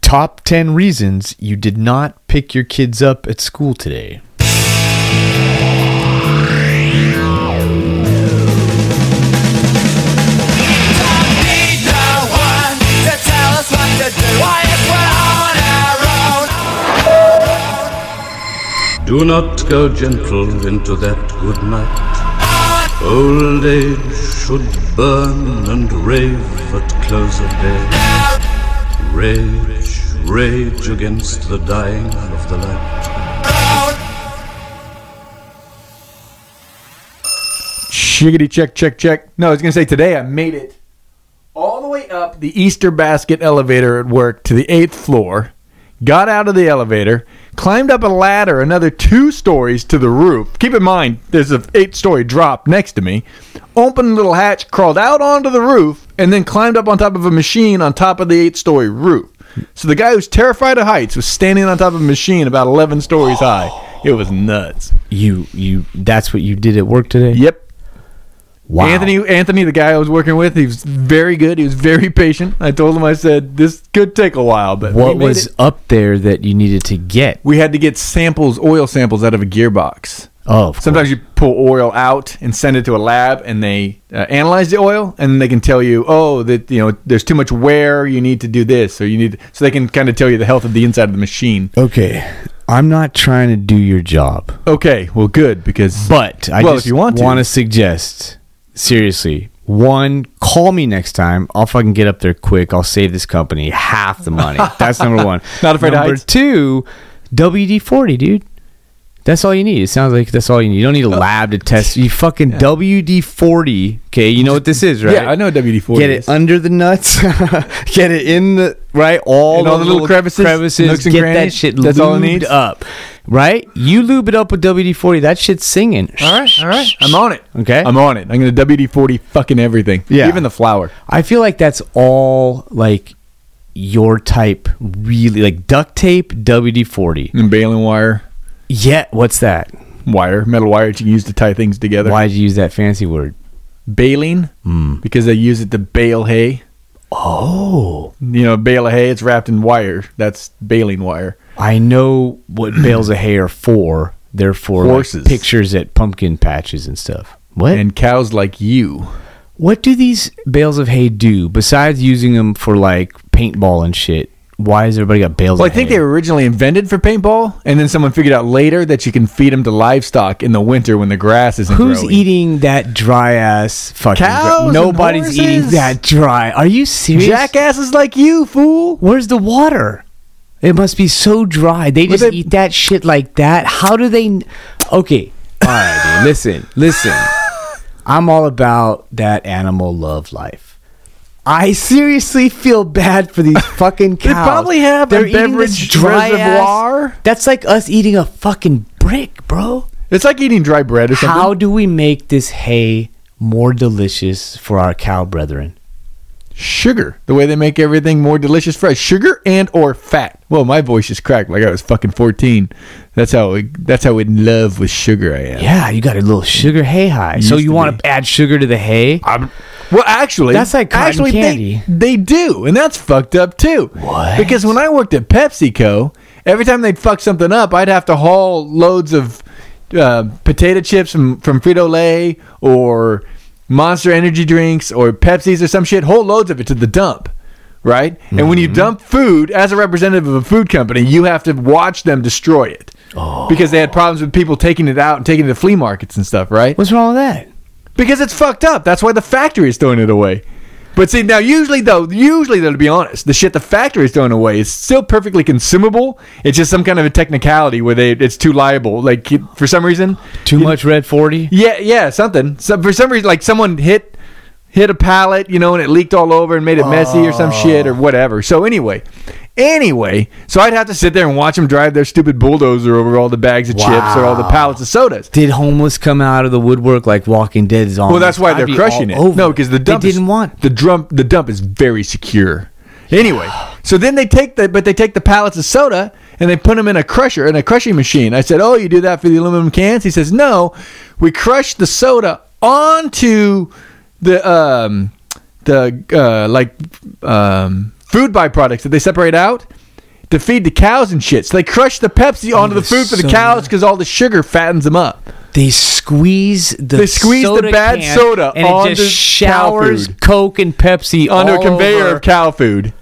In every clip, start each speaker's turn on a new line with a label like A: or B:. A: Top 10 reasons you did not pick your kids up at school today.
B: Do not go gentle into that good night. Old age should burn and rave at close of day. Rage, rage against the dying of the light.
C: Shiggity check, check, check. No, I was going to say today I made it all the way up the Easter basket elevator at work to the eighth floor, got out of the elevator, climbed up a ladder another two stories to the roof. Keep in mind, there's an eight story drop next to me. Opened a little hatch, crawled out onto the roof, and then climbed up on top of a machine on top of the eight story roof. So the guy who's terrified of heights was standing on top of a machine about 11 stories high. It was nuts.
A: You you that's what you did at work today?
C: Yep.
A: Wow.
C: Anthony, Anthony, the guy I was working with, he was very good. He was very patient. I told him, I said, this could take a while, but we
A: what
C: made
A: was
C: it.
A: up there that you needed to get?
C: We had to get samples, oil samples, out of a gearbox.
A: Oh, of
C: Sometimes you pull oil out and send it to a lab, and they uh, analyze the oil, and they can tell you, oh, that you know, there's too much wear. You need to do this, or you need. So they can kind of tell you the health of the inside of the machine.
A: course. Okay. I'm not trying to do your job.
C: Okay, well, good because
A: But I
C: Well,
A: just
C: if you want to.
A: suggest seriously. One, call me next time. I'll fucking get up there quick. I'll save this company half the money. That's number one.
C: Not afraid of
A: number
C: heights?
A: two, WD forty, dude. That's all you need. It sounds like that's all you need. You don't need a
C: Uh,
A: lab to test. You fucking WD forty. Okay, you know what this is, right?
C: yeah, I know WD forty.
A: Get it under the nuts. get it in the right all,
C: In all the little crevices, nooks and
A: get that
C: crannies.
A: shit
C: That's
A: lubed
C: all it needs.
A: up. Right? You lube it up with WD forty. That shit's singing.
C: All right, all right. I'm on it.
A: Okay.
C: I'm on it. I'm gonna WD forty fucking everything.
A: Yeah.
C: even the flour.
A: I feel like that's all like your type really like duct tape WD forty.
C: and baling wire,
A: Yeah, what's that?
C: wire, metal wire that you use to tie things together.
A: Why'd you use that fancy word?
C: Baling,
A: Hmm.
C: because they use it to bale hay.
A: Oh,
C: You know, bale of hay, it's wrapped in wire. That's baling wire.
A: I know what bales of hay are for. They're for like,
C: Horses.
A: pictures at pumpkin patches and stuff. What?
C: And cows like you,
A: what do these bales of hay do besides using them for like paintball and shit? Why has everybody got bales?
C: Well, I
A: of
C: think
A: hay?
C: they were originally invented for paintball, and then someone figured out later that you can feed them to livestock in the winter when the grass isn't
A: Who's
C: growing.
A: eating that dry ass fucking? gra-
C: Cows and
A: Nobody's eating
C: horses.
A: that dry. Are you serious?
C: Jackasses like you, fool.
A: Where's the water? It must be so dry. They just
C: they-
A: eat that shit like that. How do they? kn- Okay, all right. dude. Listen, listen. I'm all about that animal love life. I seriously feel bad for these fucking cows.
C: probably have a
A: eating this
C: beverage
A: dry ass-
C: reservoir.
A: That's like us eating a fucking brick, bro.
C: It's like eating dry bread or something.
A: How do we make this hay more delicious for our cow brethren?
C: sugar the way they make everything more delicious fresh sugar and or fat well my voice just cracked like i was fucking 14 that's how that's how in love with sugar i am
A: Yeah, you got a little sugar hay high. So
C: Used
A: you
C: to
A: want to add sugar to the hay?
C: I'm- well actually
A: That's like cotton
C: actually they-
A: candy.
C: They, do and that's fucked up too
A: What?
C: because when i worked at pepsico every time they'd fuck something up i'd have to haul loads of uh, potato chips from, from frito-lay or monster energy drinks or pepsis or some shit whole loads of it to the dump right? And
A: Mm-hmm.
C: when you dump food, as a representative of a food company, you have to watch them destroy it.
A: Oh.
C: Because they had problems with people taking it out and taking it to flea markets and stuff, right?
A: What's wrong with that?
C: Because it's fucked up. That's why the factory is throwing it away. But see, now usually though, usually though, to be honest, the shit the factory is throwing away is still perfectly consumable. It's just some kind of a technicality where they it's too liable. Like for some reason,
A: Too much red 40?
C: yeah, yeah, something. So for some reason, like someone hit hit a pallet, you know, and it leaked all over and made it messy or some shit
A: Oh.
C: or whatever. So anyway, anyway, so I'd have to sit there and watch them drive their stupid bulldozer over all the bags of chips or all the
A: Wow.
C: pallets of sodas.
A: Did homeless come out of the woodwork like Walking Dead is on?
C: Well, that's why they're crushing it. No, because the dump
A: they
C: is-
A: didn't want.
C: the dump. The dump is very secure. Anyway, so then they take the but they take the pallets of soda and they put them in a crusher in a crushing machine. I said, "Oh, you do that for the aluminum cans?" He says, "No, we crush the soda onto the um the uh like um food byproducts that they separate out." to feed the cows and shit. So they crush the Pepsi onto the
A: the
C: food for the
A: soda.
C: cows because all the sugar fattens them up.
A: They squeeze the
C: They squeeze the
A: soda
C: bad
A: can,
C: soda
A: and it
C: onto
A: just
C: cow
A: showers
C: food.
A: Coke and Pepsi
C: Onto a
A: all
C: conveyor
A: over.
C: of cow food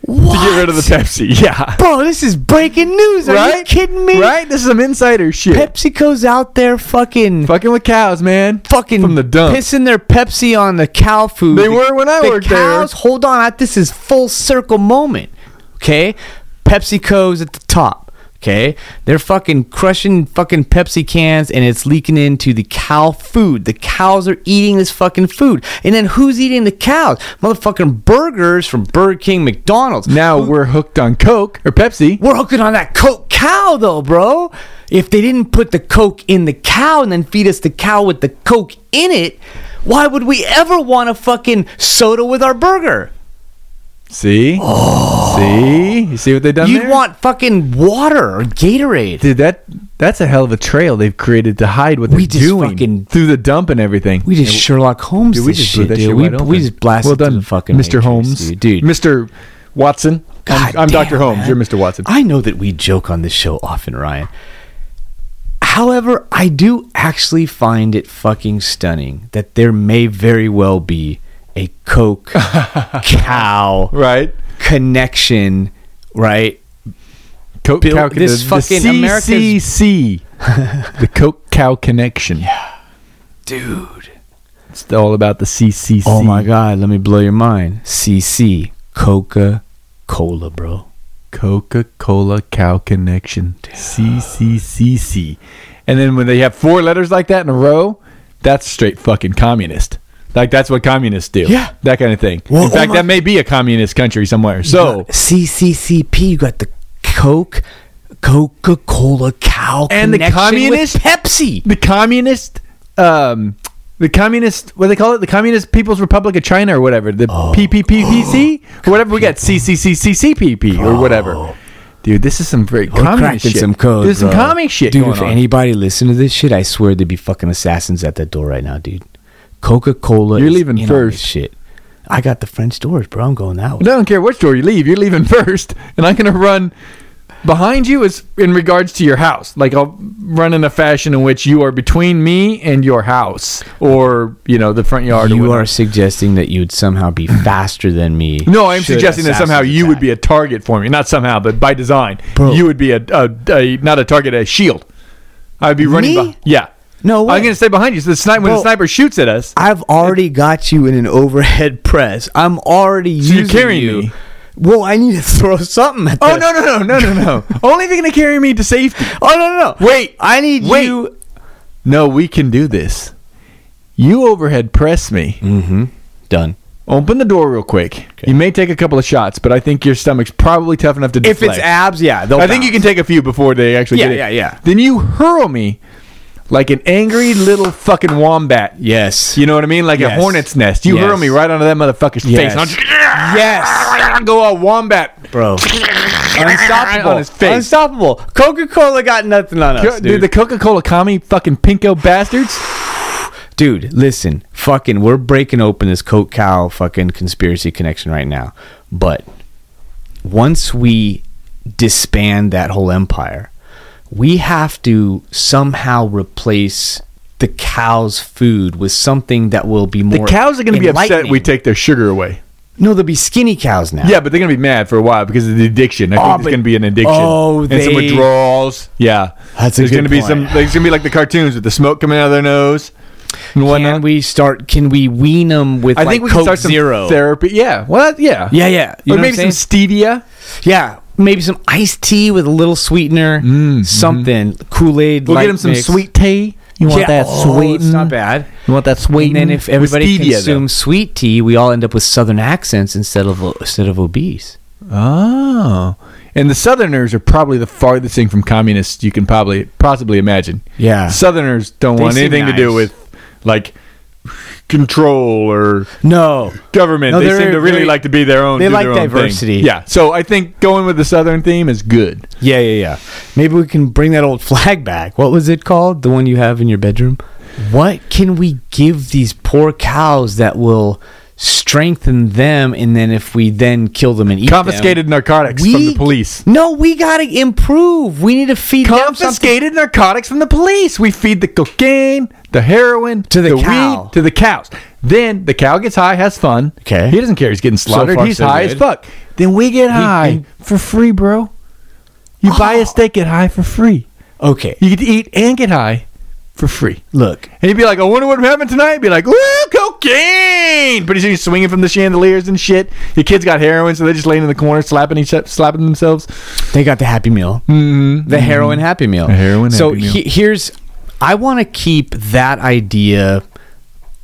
A: what?
C: to get rid of the Pepsi. Yeah.
A: Bro, this is breaking news. Are
C: right?
A: you kidding me?
C: Right? This is some insider shit.
A: PepsiCo's out there fucking
C: Fucking with cows, man.
A: fucking
C: from the dump.
A: pissing their Pepsi on the cow food.
C: They were when I
A: the
C: worked there.
A: cows, Hold on, I- this is full circle moment. Okay, PepsiCo's at the top. Okay, they're fucking crushing fucking Pepsi cans, and it's leaking into the cow food. The cows are eating this fucking food, and then who's eating the cows? Motherfucking burgers from Burger King, McDonald's.
C: Now we're hooked on Coke or Pepsi.
A: We're hooking on that Coke cow though, bro. If they didn't put the Coke in the cow and then feed us the cow with the Coke in it, why would we ever want a fucking soda with our burger?
C: See? See? You see what they done
A: You'd
C: there?
A: want fucking water or Gatorade.
C: Dude, that that's a hell of a trail they've created to hide what they're
A: We just
C: doing
A: fucking-
C: through the dump and everything.
A: We just Sherlock Holmes
C: Dude,
A: this
C: blew
A: shit, dude. we,
C: wide
A: we
C: open.
A: just blasted
C: well done,
A: the fucking
C: Mr.
A: Matrix,
C: Holmes,
A: dude. dude.
C: Mr. Watson.
A: God
C: I'm, I'm
A: damn,
C: Dr. Holmes.
A: man.
C: You're Mr. Watson.
A: I know that we joke on this show often, Ryan. However, I do actually find it fucking stunning that there may very well be a Coke cow
C: right?
A: connection, right?
C: Coke
A: Bill-
C: cow, con-
A: this
C: the,
A: fucking
C: the
A: America's-
C: CCC, the Coke Cow Connection.
A: Dude.
C: It's all about the CCC.
A: Oh my God, let me blow your mind. CC, Coca Cola, bro.
C: Coca Cola Cow Connection. CCCC. And then when they have four letters like that in a row, that's straight fucking communist. Like that's what communists do.
A: Yeah.
C: that kind of thing.
A: Well,
C: in
A: oh
C: fact,
A: my-
C: that may be a communist country somewhere. So.
A: CCCP, you got the Coke, Coca Cola cow
C: And the
A: connection with
C: communist-
A: Pepsi.
C: the communist um the communist what do they call it the communist people's republic of china or whatever the
A: Oh.
C: ppppc or whatever we got ccccccpp or whatever dude this is some very
A: Oh. We're
C: communist
A: cracking
C: shit
A: some code.
C: there's some
A: bro.
C: comic shit
A: dude.
C: going
A: if
C: on.
A: anybody listened to this shit, I swear there'd be fucking assassins at that door right now, dude. Coca Cola.
C: You're leaving first.
A: shit. I got the French doors, bro. I'm going out.
C: i don't care which door you leave you're leaving first and i'm gonna run behind you is in regards to your house like i'll run in a fashion in which you are between me and your house or you know the front yard or
A: You
C: whatnot.
A: are suggesting that you'd somehow be faster than me.
C: No, I'm
A: should
C: suggesting that
A: assassins
C: somehow you would
A: attack.
C: be a target for me. Not somehow, but by design,
A: Bro.
C: you would be a, a, a not a target, a shield. I'd be running.
A: Me?
C: beh- yeah.
A: No way.
C: I'm going to stay behind you. So the sniper, when the
A: Bro.
C: sniper shoots at us,
A: I've already got you in an overhead press. I'm already
C: So you're
A: using
C: carrying
A: you.
C: me.
A: Well, I need to throw something at
C: oh
A: this.
C: no no no no no no! Only if you're going to carry me to safety.
A: Oh no no no!
C: Wait,
A: I need
C: wait.
A: you.
C: No, we can do this. You overhead press me.
A: Mm-hmm. Done.
C: Open the door real quick. You may take a couple of shots, but I think your stomach's probably tough enough to.
A: If
C: Deflect.
A: it's abs, yeah.
C: I think you can take a few before they actually
A: Yeah,
C: get it.
A: yeah, yeah.
C: Then you hurl me like an angry little fucking wombat.
A: Yes.
C: You know what I mean? Like a
A: Yes.
C: hornet's nest. You
A: Yes.
C: hurl me right onto that motherfucker's face.
A: Yes.
C: and I'll just-
A: yes.
C: I'll go all wombat.
A: bro. Unstoppable.
C: On his face.
A: Unstoppable. Coca Cola got nothing on us,
C: Dude,
A: dude.
C: the Coca Cola commie fucking pinko bastards.
A: Dude, listen, fucking, we're breaking open this Coke Cow fucking conspiracy connection right now. But once we disband that whole empire, we have to somehow replace the cow's food with something that will be
C: The
A: more.
C: cows are going to be upset
A: enlightening.
C: we take their sugar away.
A: No, there'll be skinny cows now.
C: Yeah, but they're going to be mad for a while because of the addiction. I
A: Oh,
C: think it's
A: but-
C: going to be an addiction.
A: Oh,
C: and some
A: they-
C: withdrawals. Yeah.
A: That's a
C: There's
A: good
C: gonna be
A: point.
C: some. There's going to be like the cartoons with the smoke coming out of their nose and whatnot.
A: Can we start? Can we wean them with?
C: I
A: like,
C: think we
A: Coke
C: can start some
A: Zero.
C: therapy. Yeah. Well, that- yeah.
A: Yeah, yeah. You
C: or
A: know what
C: maybe
A: I'm
C: some stevia.
A: Yeah, maybe some iced tea with a little sweetener, something Kool Aid.
C: Mm, mm-hmm. We'll get him some sweet tea. You want that sweet?
A: Oh, It's not bad.
C: You want that sweet?
A: And then if everybody
C: stevia,
A: consumes sweet tea, we all end up with southern accents instead of instead of obese.
C: though. oh, and the Southerners are probably the farthest thing from communists you can probably possibly imagine.
A: Yeah.
C: Southerners don't
A: They
C: want
A: seem
C: anything to do
A: nice.
C: with like control or
A: No,
C: government.
A: No,
C: they
A: they're
C: seem to really
A: very-
C: like to be their own.
A: they
C: do
A: like
C: their own thing.
A: diversity.
C: Yeah, so I think going with the Southern theme is good.
A: yeah, yeah, yeah. Maybe we can bring that old flag back. What was it called? The one you have in your bedroom. What can we give these poor cows that will strengthen them, and then if we then kill them and eat them-
C: Confiscated narcotics from the police.
A: No, we gotta improve. We need to feed them something.
C: Confiscated narcotics from the police. We feed the cocaine, the heroin,
A: To the
C: weed,
A: cow.
C: to the cows. Then the cow gets high, has fun.
A: Okay.
C: He doesn't care. He's getting slaughtered.
A: far,
C: he's
A: so
C: high
A: good.
C: as fuck. Then we get high
A: he-
C: for free, bro. You buy a steak at high for free.
A: Okay,
C: You get to eat and get high for free.
A: look,
C: And he'd be like, I wonder what happened tonight. He'd be like, ooh, cocaine. But he's he's swinging from the chandeliers and shit. Your kids got heroin, so they're just laying in the corner slapping each slapping themselves.
A: they got the Happy Meal, mm-hmm. the heroin Happy Meal.
C: The heroin
A: So
C: Happy Meal.
A: he- here's, I want to keep that idea,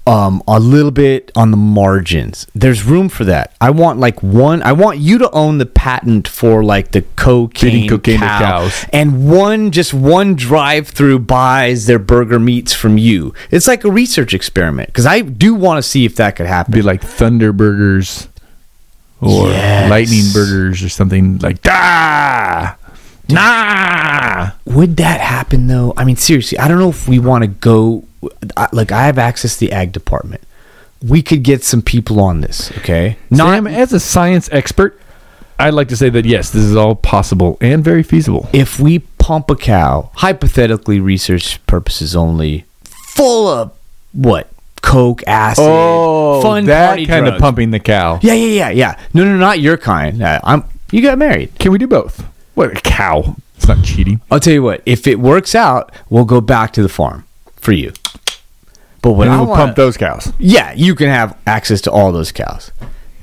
A: um, a little bit on the margins. There's room for that. I want like one. I want you to own the patent for like the cocaine,
C: Feeding cocaine to
A: cow,
C: cows.
A: and one just one drive-through buys their burger meats from you. It's like a research experiment because I do want to see if that could happen.
C: be like Thunder Burgers or
A: Yes.
C: Lightning Burgers or something like da nah.
A: would that happen though? I mean, seriously, I don't know if we want to go. I- Like, I have access to the ag department. We could get some people on this, okay? Not
C: Sam, as a science expert, I'd like to say that yes, this is all possible and very feasible.
A: if we pump a cow, hypothetically, research purposes only, full of what coke, acid,
C: Oh, that
A: party
C: kind of
A: drugs.
C: pumping the cow.
A: Yeah, yeah, yeah, yeah. No, no, not your kind. Uh, I'm. You got married.
C: Can we do both? What a cow! It's not cheating.
A: I'll tell you what. If it works out, we'll go back to the farm for you. But what
C: and
A: I
C: we'll
A: want
C: pump those cows.
A: Yeah, you can have access to all those cows.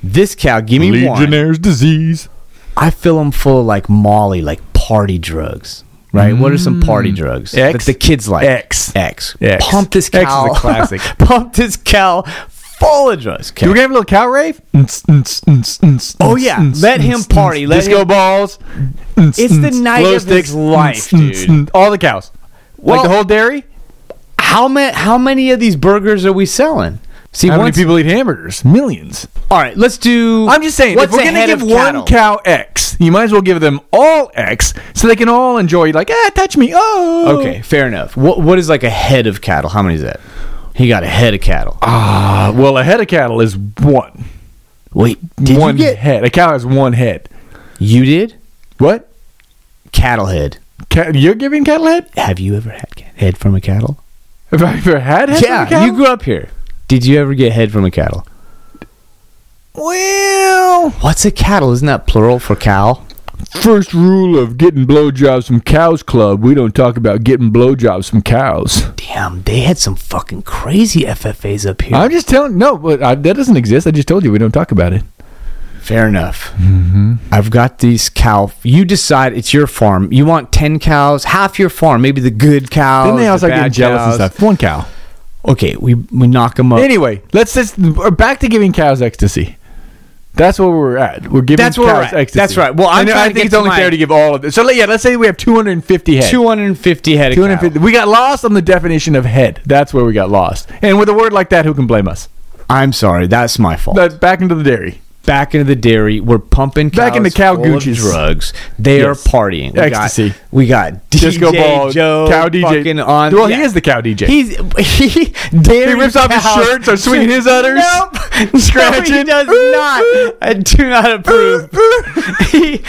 A: This cow, give me one.
C: Legionnaires' disease.
A: I fill them full of like Molly, like party drugs. Right? What are some party drugs
C: Mm.
A: that
C: X?
A: the kids like?
C: X.
A: X.
C: X.
A: Pump this
C: X is
A: cow.
C: a classic.
A: Pump this cow full of drugs. Okay.
C: Do we have a little cow rave?
A: Oh, yeah. Let him party. Let
C: Disco
A: him-
C: balls.
A: It's the night of his life, dude.
C: All the cows.
A: Well-
C: like the whole dairy.
A: How many? How many of these burgers are we selling? See,
C: How many
A: once-
C: people eat hamburgers? Millions.
A: All right, let's do.
C: I'm just saying,
A: What's
C: if we're
A: a
C: gonna
A: head
C: give
A: of
C: one
A: cattle?
C: cow X, you might as well give them all X, so they can all enjoy. Like, ah, touch me. Oh,
A: Okay, fair enough. What What is like a head of cattle? How many is that? He got a head of cattle.
C: Uh, well, a head of cattle is one.
A: Wait, did
C: one
A: you get?
C: head. A cow has one head.
A: You did
C: What?
A: cattle head.
C: Ca- you're giving cattle head?
A: Have you ever had ca- head from a cattle?
C: Have I ever had head? from a
A: yeah,
C: cow?
A: you grew up here. Did you ever get head from a cattle?
C: Well,
A: What's a cattle? Isn't that plural for cow?
C: first rule of getting blowjobs from cows club: we don't talk about getting blowjobs from cows.
A: Damn, they had some fucking crazy FFAs up here.
C: I'm just telling. No, but I, that doesn't exist. I just told you we don't talk about it.
A: Fair enough.
C: Mm-hmm.
A: I've got these cow. You decide it's your farm. You want ten cows, half your farm, maybe the good cows.
C: then they
A: Oh, the
C: also
A: bad
C: get jealous and
A: cows. Uh,
C: stuff. One cow.
A: Okay, we we knock them up.
C: Anyway, let's just we're back to giving cows ecstasy. That's where we're at. We're giving
A: That's where
C: cows
A: we're at.
C: ecstasy.
A: That's right. Well, I'm
C: And I
A: trying to
C: think
A: get
C: it's
A: to
C: only
A: my-
C: fair to give all of this. So let- yeah, let's say we have 250 head.
A: 250 head. Of
C: 250.
A: Cow.
C: We got lost on the definition of head. That's where we got lost. And with a word like that, who can blame us?
A: I'm sorry, that's my fault.
C: But back into the dairy.
A: back into the dairy. We're pumping cows
C: Back into cow
A: full of
C: Gucci's.
A: drugs. They
C: Yes.
A: are partying. We
C: Ecstasy.
A: Got, we got DJ
C: Disco ball.
A: Joe
C: cow DJ.
A: fucking on.
C: well,
A: yeah.
C: he is the cow DJ.
A: He's he dairy
C: He rips off his
A: cows.
C: shirt, starts swinging his udders,
A: Nope. No, he
C: scratching.
A: does not. I do not approve. He-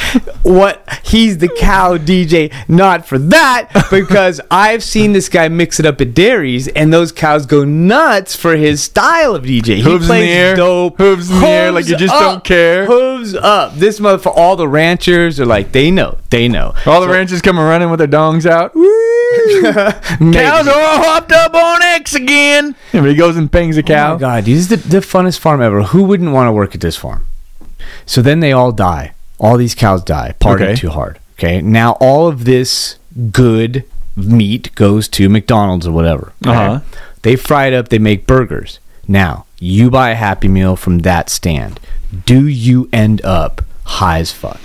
A: what? He's the cow DJ. Not for that, because I've seen this guy mix it up at dairies, and those cows go nuts for his style of DJ. He
C: Hooves in the air.
A: dope.
C: Hooves in the air, like you
A: Hooves
C: just don't
A: up.
C: care.
A: Hooves up. This motherfucker. All the ranchers are like, they know. They know.
C: All the ranchers come running with their dongs out. Woo! Cows
A: Maybe.
C: are all hopped up on X again. And he goes and bangs a
A: Oh
C: cow.
A: my god, this is the, the funnest farm ever. Who wouldn't want to work at this farm? So then they all die. All these cows die, partying
C: Okay.
A: too hard. Okay, now all of this good meat goes to McDonald's or whatever. okay?
C: Uh-huh.
A: They fry it up, they make burgers. Now, you buy a Happy Meal from that stand. Do you end up high as fuck?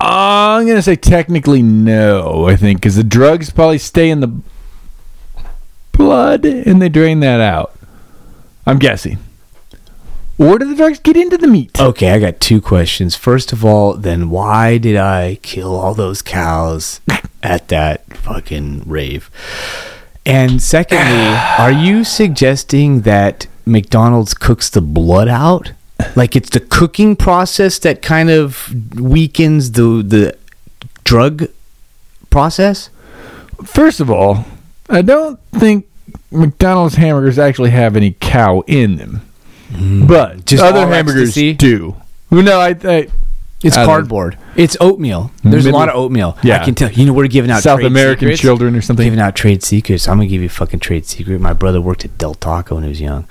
C: Uh, I'm gonna say technically no. I think because the drugs probably stay in the blood and they drain that out. I'm guessing. Or do the drugs get into the meat?
A: Okay, I got two questions. First of all, then why did I kill all those cows at that fucking rave? And secondly, are you suggesting that McDonald's cooks the blood out? Like it's the cooking process that kind of weakens the the drug process?
C: First of all, I don't think McDonald's hamburgers actually have any cow in them, but
A: Mm. Just
C: other
A: all
C: hamburgers
A: ecstasy?
C: do. Well, No, I, I
A: It's
C: I don't-
A: cardboard. It's oatmeal. There's a lot of
C: Middle-
A: oatmeal.
C: Yeah.
A: I can tell. You know, we're giving out
C: South
A: trade
C: American
A: secrets.
C: children or something.
A: Giving out trade secrets. I'm gonna give you a fucking trade secret. My brother worked at Del Taco when he was young.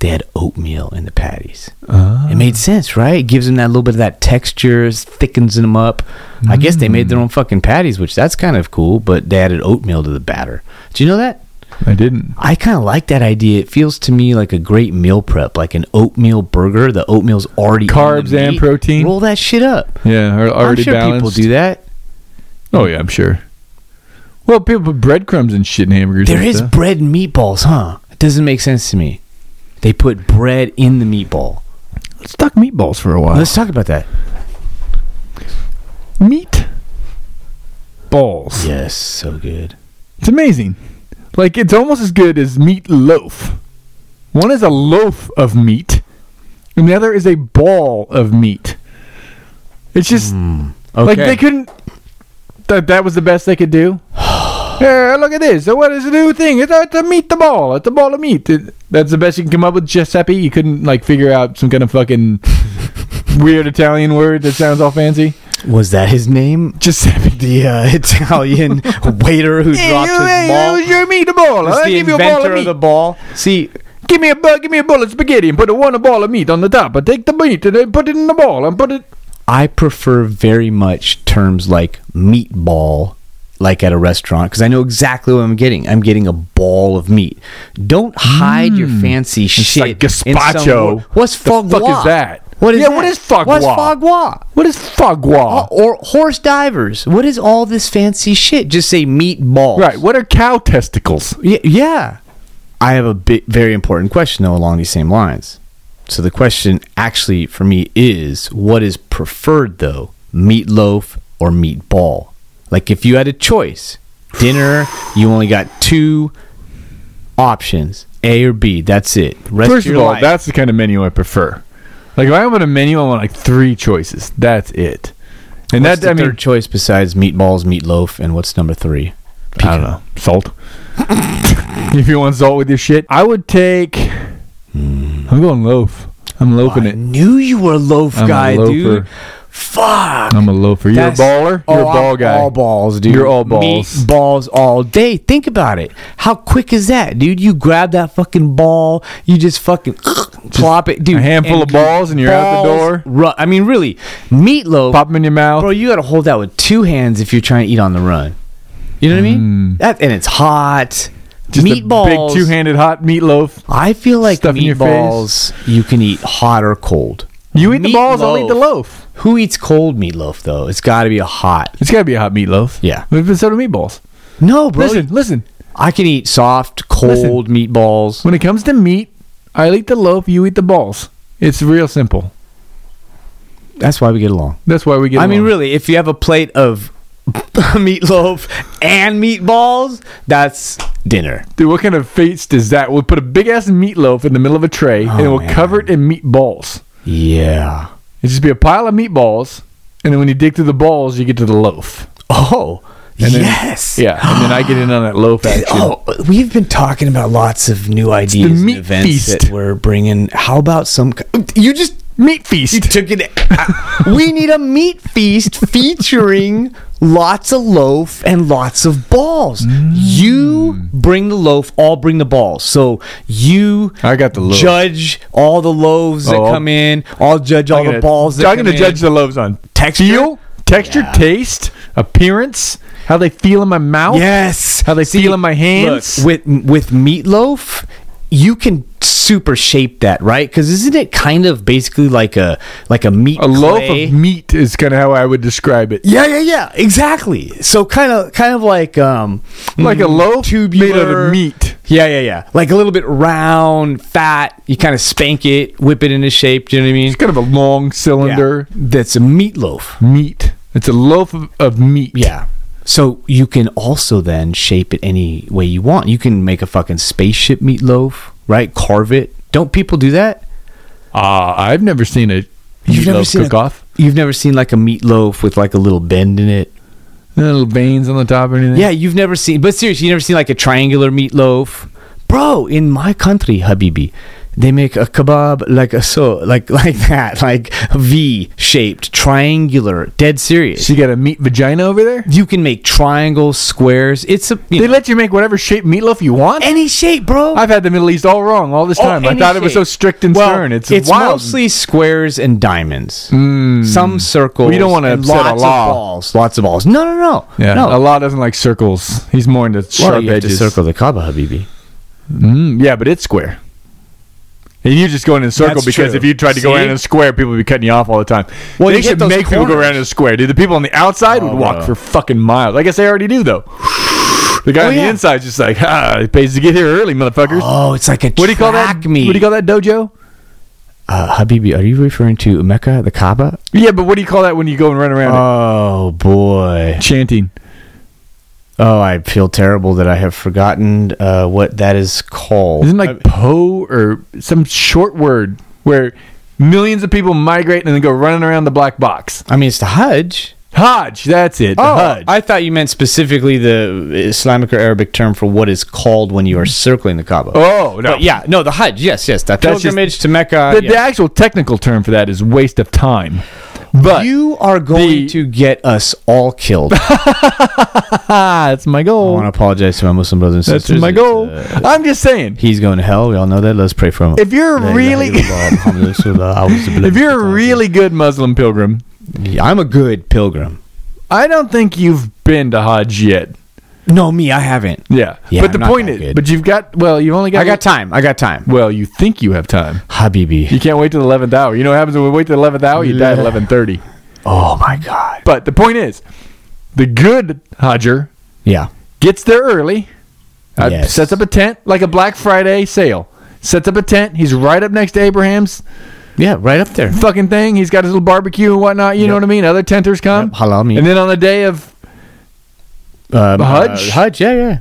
A: They had oatmeal in the patties.
C: Uh,
A: It
C: Oh.
A: made sense, right? It gives them that little bit of that texture, thickens them up. I guess they
C: Mm.
A: made their own fucking patties, which that's kind of cool. But they added oatmeal to the batter. Do you know that?
C: I didn't.
A: I kind of like that idea. It feels to me like a great meal prep, like an oatmeal burger. The oatmeal's already in the
C: Carbs and
A: meat.
C: protein?
A: Roll that shit up.
C: Yeah, are already
A: I'm sure
C: balanced.
A: people do that.
C: Oh yeah, I'm sure. Well, people put breadcrumbs and shit in hamburgers.
A: There
C: and
A: is
C: stuff.
A: bread and meatballs, huh? It doesn't make sense to me. They put bread in the meatball.
C: Let's talk meatballs for a while.
A: Let's talk about that.
C: meat balls.
A: Yes, so good.
C: It's amazing. Like it's almost as good as meat loaf. One is a loaf of meat, and the other is a ball of meat. It's just
A: Hmm.
C: like they couldn't. That that was the best they could do. Here, look at this. So what is the new thing? It's a, it's a meat the ball. It's a ball of meat. It- that's the best you can come up with, Giuseppe. You couldn't like figure out some kind of fucking weird Italian word that sounds all fancy.
A: Was that his name?
C: Giuseppe.
A: The uh, Italian waiter who dropped his ball.
C: Here's your meat the ball.
A: It's
C: I'll
A: the
C: give you a ball
A: inventor
C: of
A: of
C: meat.
A: the ball. See,
C: Give me a bu- give me a bowl of spaghetti and put a one ball of meat on the top. I take the meat and I put it in the ball and put it.
A: I prefer very much terms like meatball, like at a restaurant, because I know exactly what I'm getting. I'm getting a ball of meat. Don't hide your fancy shit.
C: Mm. like
A: in some
C: gazpacho.
A: wor- What's
C: The fuck
A: fogwa?
C: is that?
A: What is
C: Yeah,
A: that?
C: what is fogwa?
A: What's fogwa?
C: What is fagua?
A: Or horse divers. What is all this fancy shit? Just say meatball.
C: Right. What are cow testicles?
A: Y- yeah. I have a bi- very important question, though, along these same lines. So the question actually for me is what is preferred, though, meatloaf or meatball? Like, if you had a choice, dinner, you only got two options A or B. That's it. Rest
C: First of
A: your
C: all,
A: life.
C: that's the kind of menu I prefer. Like if I want a menu, I want like three choices. That's it. And
A: What's
C: that
A: the
C: I mean,
A: third choice besides meatballs, meatloaf, and what's number three?
C: I don't know, salt. if you want salt with your shit, I would take.
A: Hmm.
C: I'm going loaf. I'm loafing
A: I
C: it.
A: knew you were a loaf
C: I'm a
A: guy,
C: loafer.
A: dude. Fuck.
C: I'm a loafer. You're a
A: That's-
C: baller. You're a
A: Oh,
C: ball
A: I'm
C: guy.
A: All balls, dude.
C: You're all balls.
A: Meat balls all day. Think about it. How quick is that, dude? You grab that fucking ball. You just fucking plop it, dude.
C: a handful of
A: your
C: balls and you're out the
A: balls
C: door.
A: ru- I mean, really, meatloaf,
C: Pop them in your mouth.
A: bro. You got to hold that with two hands if you're trying to eat on the run. You know what I mean? That and it's hot.
C: Mm. Just
A: meatballs.
C: a big two-handed hot meatloaf.
A: I feel like
C: stuff in your face.
A: meatballs you can eat hot or cold.
C: You eat the balls, I'll eat the
A: Meatloaf.
C: loaf.
A: Who eats cold meatloaf though? It's got to be a hot.
C: It's got to be a hot meatloaf.
A: Yeah.
C: But so do meatballs.
A: No, bro.
C: listen, listen.
A: I can eat soft, cold meatballs.
C: When it comes to meat, I eat the loaf, you eat the balls. It's real simple.
A: That's why we get along.
C: That's why we get.
A: I mean,
C: along.
A: really, if you have a plate of meatloaf and meatballs, that's dinner.
C: dude, what kind of feast is that? We'll put a big ass meatloaf in the middle of a tray, and we'll
A: Oh, man.
C: cover it in meatballs.
A: Yeah.
C: It'd just be a pile of meatballs, and then when you dig through the balls, you get to the loaf.
A: Oh,
C: then-
A: yes.
C: Yeah, and then I get in on that loaf action.
A: Oh, we've been talking about lots of new ideas and
C: meat
A: events
C: feast.
A: that we're bringing. How about some? You just
C: Meat feast.
A: You took it. we need a meat feast featuring lots of loaf and lots of balls. You bring the loaf, I'll bring the balls. So you
C: I got the loaf.
A: judge all the loaves that
C: Oh, I'll-
A: come in. I'll judge all the balls that
C: I'm
A: come
C: gonna
A: in.
C: judge the loaves on
A: Texture?
C: feel, texture,
A: Yeah.
C: taste, appearance, how they feel in my mouth.
A: Yes.
C: How they feel in my hands.
A: Look, with with meatloaf, you can super shape that, right? Because isn't it kind of basically like a like a meat
C: a loaf
A: clay?
C: of meat is kind of how I would describe it.
A: Yeah, yeah, yeah, exactly. So kind of, kind of like, um,
C: Like a
A: mm,
C: loaf made out of meat.
A: Yeah, yeah, yeah. Like a little bit round, fat. You kind of spank it, whip it into shape. Do you know what I mean?
C: It's kind of a long
A: Yeah.
C: cylinder
A: That's a meatloaf.
C: meat. It's a loaf of, of meat.
A: Yeah. So you can also then shape it any way you want. You can make a fucking spaceship meatloaf, right? Carve it. Don't people do that?
C: Uh, I've never seen a meatloaf
A: seen a-
C: cook off.
A: You've never seen like a meatloaf with like a little bend in it.
C: Little veins on the top or anything.
A: Yeah, you've never seen, but seriously, you never seen like a triangular meatloaf, bro. In my country, Habibi, they make a kebab like a so like like that, like V shaped, triangular. Dead serious.
C: So you got a meat vagina over there?
A: You can make triangles, squares. It's a you
C: They
A: know,
C: let you make whatever shape meatloaf you want.
A: any shape, bro.
C: I've had the Middle East all wrong all this
A: Oh,
C: time. I
A: any
C: thought it was so
A: shape.
C: strict and
A: Well,
C: stern. It's,
A: it's Hmm.
C: wild.
A: mostly squares and diamonds. Some circles.
C: We don't wanna
A: and
C: upset
A: lots
C: Allah.
A: Of balls, lots of balls. No, no, no.
C: yeah.
A: no.
C: Allah doesn't like circles. He's more into
A: Well,
C: sharp
A: you have to
C: edges.
A: circle the Kaaba, Habibi.
C: Mm, yeah, but it's square. And you just go in a circle
A: That's
C: because
A: true.
C: if you tried to go
A: See?
C: around in a square, people would be cutting you off all the time.
A: Well,
C: they
A: you get
C: should
A: those
C: make people go
A: corners. Oh,
C: around in a square. Dude, the people on the outside would walk for fucking miles. I guess they already do, though. The guy
A: Oh,
C: on the
A: yeah.
C: inside's just like, ah, it pays to get here early, motherfuckers.
A: Oh, it's like a
C: what do you call that?
A: Me.
C: What do you call that dojo?
A: Uh, Habibi, are you referring to Mecca, the Kaaba?
C: Yeah, but what do you call that when you go and run around it?
A: Oh boy!
C: chanting?
A: Oh, I feel terrible that I have forgotten uh, what that is called.
C: Isn't it like Poe or some short word where millions of people migrate and then go running around the black box?
A: I mean, it's the Hajj.
C: Hodge, that's it. the Hajj.
A: Oh, I thought you meant specifically the Islamic or Arabic term for what is called when you are circling the Kaaba.
C: oh, no.
A: But yeah, uh, no, the Hajj. Yes, yes, that
C: That's just-
A: pilgrimage to Mecca.
C: the,
A: yes.
C: the actual technical term for that is waste of time. But
A: you are going
C: the-
A: to get us all killed. I
C: ah, that's my goal.
A: want to apologize to my Muslim brothers and
C: That's
A: sisters.
C: my
A: It's,
C: goal.
A: uh,
C: I'm just saying,
A: he's going to hell. We all know that. Let's pray for him.
C: if you're really,
A: uh,
C: if
A: if
C: you're a really good Muslim pilgrim,
A: I'm a good pilgrim.
C: I don't think you've been to Hajj yet.
A: No, me, I haven't.
C: Yeah,
A: Yeah,
C: but
A: I'm
C: the
A: not
C: point
A: that
C: is,
A: good.
C: but you've got well, you've only got
A: I got time. I got time.
C: well, you think you have time.
A: Habibi.
C: You can't wait till the eleventh hour. You know what happens when we wait till the eleventh hour? You die at
A: Yeah.
C: eleven thirty.
A: Oh my God.
C: But the point is, the good Hodger
A: Yeah.
C: gets there early, uh,
A: Yes.
C: sets up a tent like a Black Friday sale. Sets up a tent. He's right up next to Abraham's
A: Yeah, right up there.
C: fucking thing. He's got his little barbecue and whatnot. You know
A: Yep.
C: what I mean? Other tenters come.
A: Yep, halal meat.
C: Um, And then on the day of,
A: Um,
C: Hajj?
A: uh, Hajj, yeah, yeah.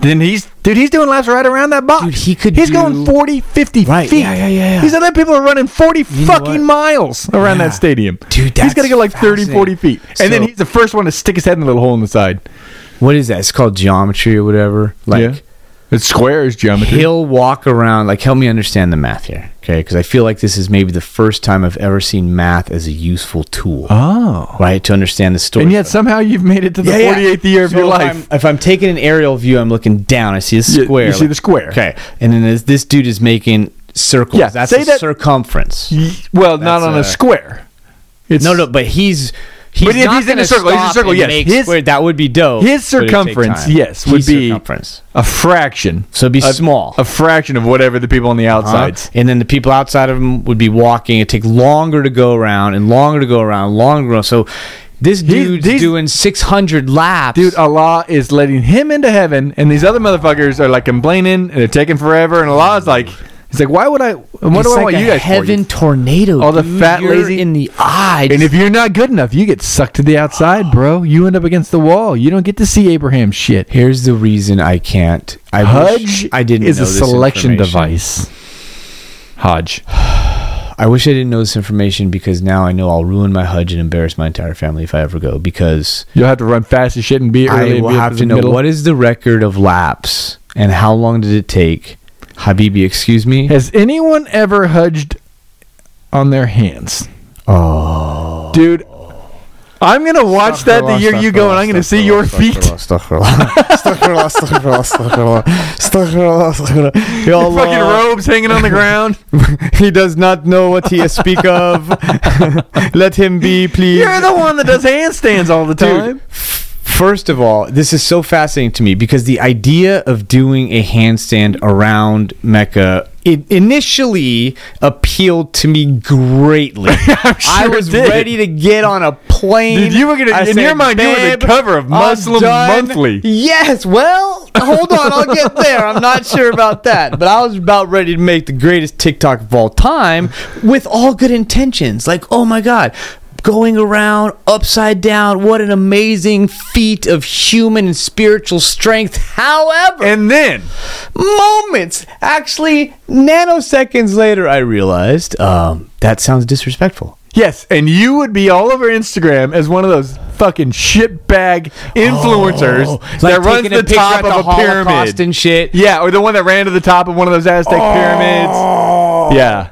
C: then he's dude. He's doing laps right around that box.
A: Dude, he could
C: He's
A: do-
C: going 40, 50
A: Right,
C: feet.
A: yeah, yeah, yeah, yeah.
C: These other people are running 40
A: know
C: fucking
A: what?
C: miles around
A: Yeah.
C: that stadium.
A: Dude,
C: He's got to
A: that's
C: go like 30, 40 feet.
A: fascinating.
C: And then
A: So-
C: he's the first one to stick his head in the little hole in the side.
A: What is that? It's called geometry or whatever. Like,
C: yeah. It's squares geometry.
A: he'll walk around. Like, help me understand the math here, okay? Because I feel like this is maybe the first time I've ever seen math as a useful tool,
C: Oh.
A: right? To understand the story.
C: And yet somehow you've made it to the 48th year of
A: So
C: your
A: if
C: life.
A: I'm, if I'm taking an aerial view, I'm looking down. I see a
C: You-
A: square.
C: You see the square.
A: Okay, and then this, this dude is making circles.
C: Yeah,
A: that's
C: say
A: a
C: that-
A: circumference.
C: Y- Well, not
A: That's
C: on a,
A: a-
C: square. It's
A: No, no, but he's he's
C: But if
A: not
C: he's in a
A: gonna
C: circle, he's in a
A: stop
C: circle,
A: and
C: yes.
A: make
C: His-
A: square- that would be dope.
C: his
A: but it'd take
C: circumference,
A: time.
C: yes, would
A: His
C: be-
A: circumference.
C: a fraction.
A: So it'd be
C: a,
A: small. Uh-huh.
C: A fraction of whatever the people on the
A: Huh?
C: outsides.
A: And then the people outside of him would be walking. It'd take longer to go around and longer to go around, longer to go. So this dude's
C: these-
A: doing 600 laps.
C: Dude, Allah is letting him into heaven, and these other motherfuckers are like complaining and they're taking forever. And Allah's like, he's like, why would I? What
A: it's
C: do I
A: like
C: want
A: a
C: you guys for?
A: heaven tornado.
C: All the
A: dude.
C: fat,
A: You're
C: lazy-
A: in the eye.
C: And if you're not good enough, you get sucked to the outside, bro. You end up against the wall. You don't get to see Abraham shit.
A: Here's the reason I can't. I wish
C: Hajj
A: I didn't
C: is
A: know
C: a
A: this
C: selection
A: information.
C: device. Hodge.
A: I wish I didn't know this information because now I know I'll ruin my Hajj and embarrass my entire family if I ever go. Because
C: You'll have to run fast as shit and be early.
A: I
C: and
A: will
C: be up
A: have
C: in
A: to
C: the
A: know
C: middle.
A: what is the record of laps and how long did it take. Habibi, excuse me.
C: Has anyone ever hudged on their hands? Oh, dude, I'm gonna watch that the year you go, and I'm gonna see your feet. Your fucking
A: uh,
C: robes hanging on the ground.
A: He does not know what he speak of. Let him be, please.
C: You're the one that does handstands all the time.
A: Dude, f- first of all, this is so fascinating to me because the idea of doing a handstand around Mecca it initially appealed to me greatly. I
C: sure
A: was
C: it did.
A: ready to get on a plane.
C: Dude, you were gonna-
A: I
C: in your mind, you were the
A: "Babe,
C: cover of
A: I'm
C: Muslim
A: done."
C: Monthly.
A: Yes. Well, hold on. I'll get there. I'm not sure about that, but I was about ready to make the greatest TikTok of all time with all good intentions. Like, oh my god. going around upside down. What an amazing feat of human and spiritual strength. However,
C: And then
A: moments, actually nanoseconds later, I realized um, that sounds disrespectful.
C: Yes, and you would be all over Instagram as one of those fucking shitbag influencers
A: Oh,
C: that runs the top
A: at the
C: of a
A: Holocaust
C: pyramid.
A: and Oh. shit.
C: yeah, or the one that ran to the top of one of those Aztec pyramids. Yeah.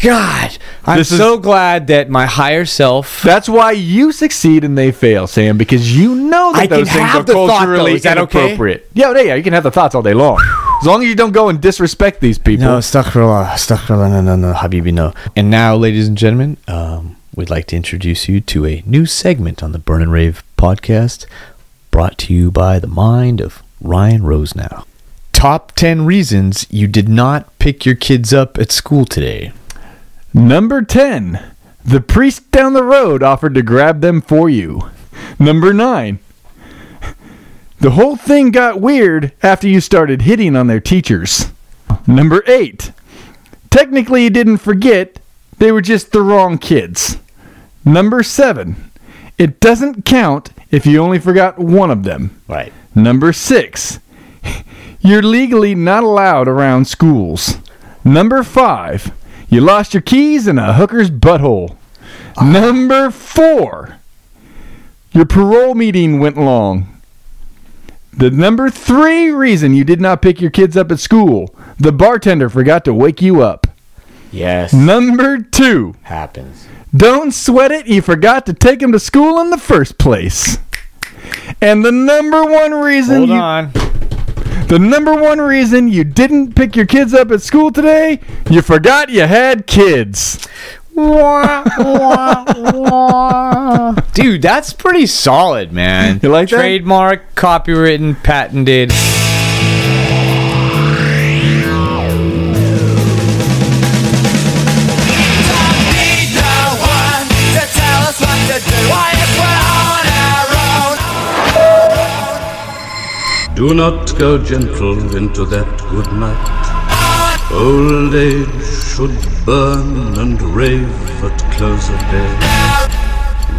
A: God, I'm
C: This is-
A: so glad that my higher self.
C: That's why you succeed and they fail, Sam, because you know that
A: I can
C: those things
A: have
C: are
A: the thought, though.
C: culturally
A: Is that okay?
C: inappropriate. Yeah, yeah, you can have the thoughts all day long. As long as you don't go and disrespect these people.
A: No, Stakhrillah, Stakhrillah, no, no, no, Habibi, no. And now, ladies and gentlemen, um, we'd like to introduce you to a new segment on the Burn and Rave podcast brought to you by the mind of Ryan Rose now. Top 10 reasons you did not pick your kids up at school today.
C: Number 10. The priest down the road offered to grab them for you. Number 9. The whole thing got weird after you started hitting on their teachers. Number 8. Technically, you didn't forget, they were just the wrong kids. Number 7. It doesn't count if you only forgot one of them.
A: Right.
C: Number six, you're legally not allowed around schools. Number five, you lost your keys in a hooker's butthole.
A: Ah.
C: Number four, your parole meeting went long. The number three reason you did not pick your kids up at school the bartender forgot to wake you up.
A: Yes.
C: Number two,
A: Happens.
C: don't sweat it, you forgot to take them to school in the first place. And the number one reason
A: Hold
C: you
A: on.
C: the number one reason you didn't pick your kids up at school today, you forgot you had kids.
A: Dude, that's pretty solid, man.
C: You like that?
A: Trademark, copywritten, patented.
B: Do not go gentle into that good night. Old age should burn and rave at close of day.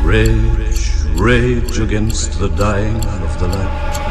B: Rage, rage against the dying of the light.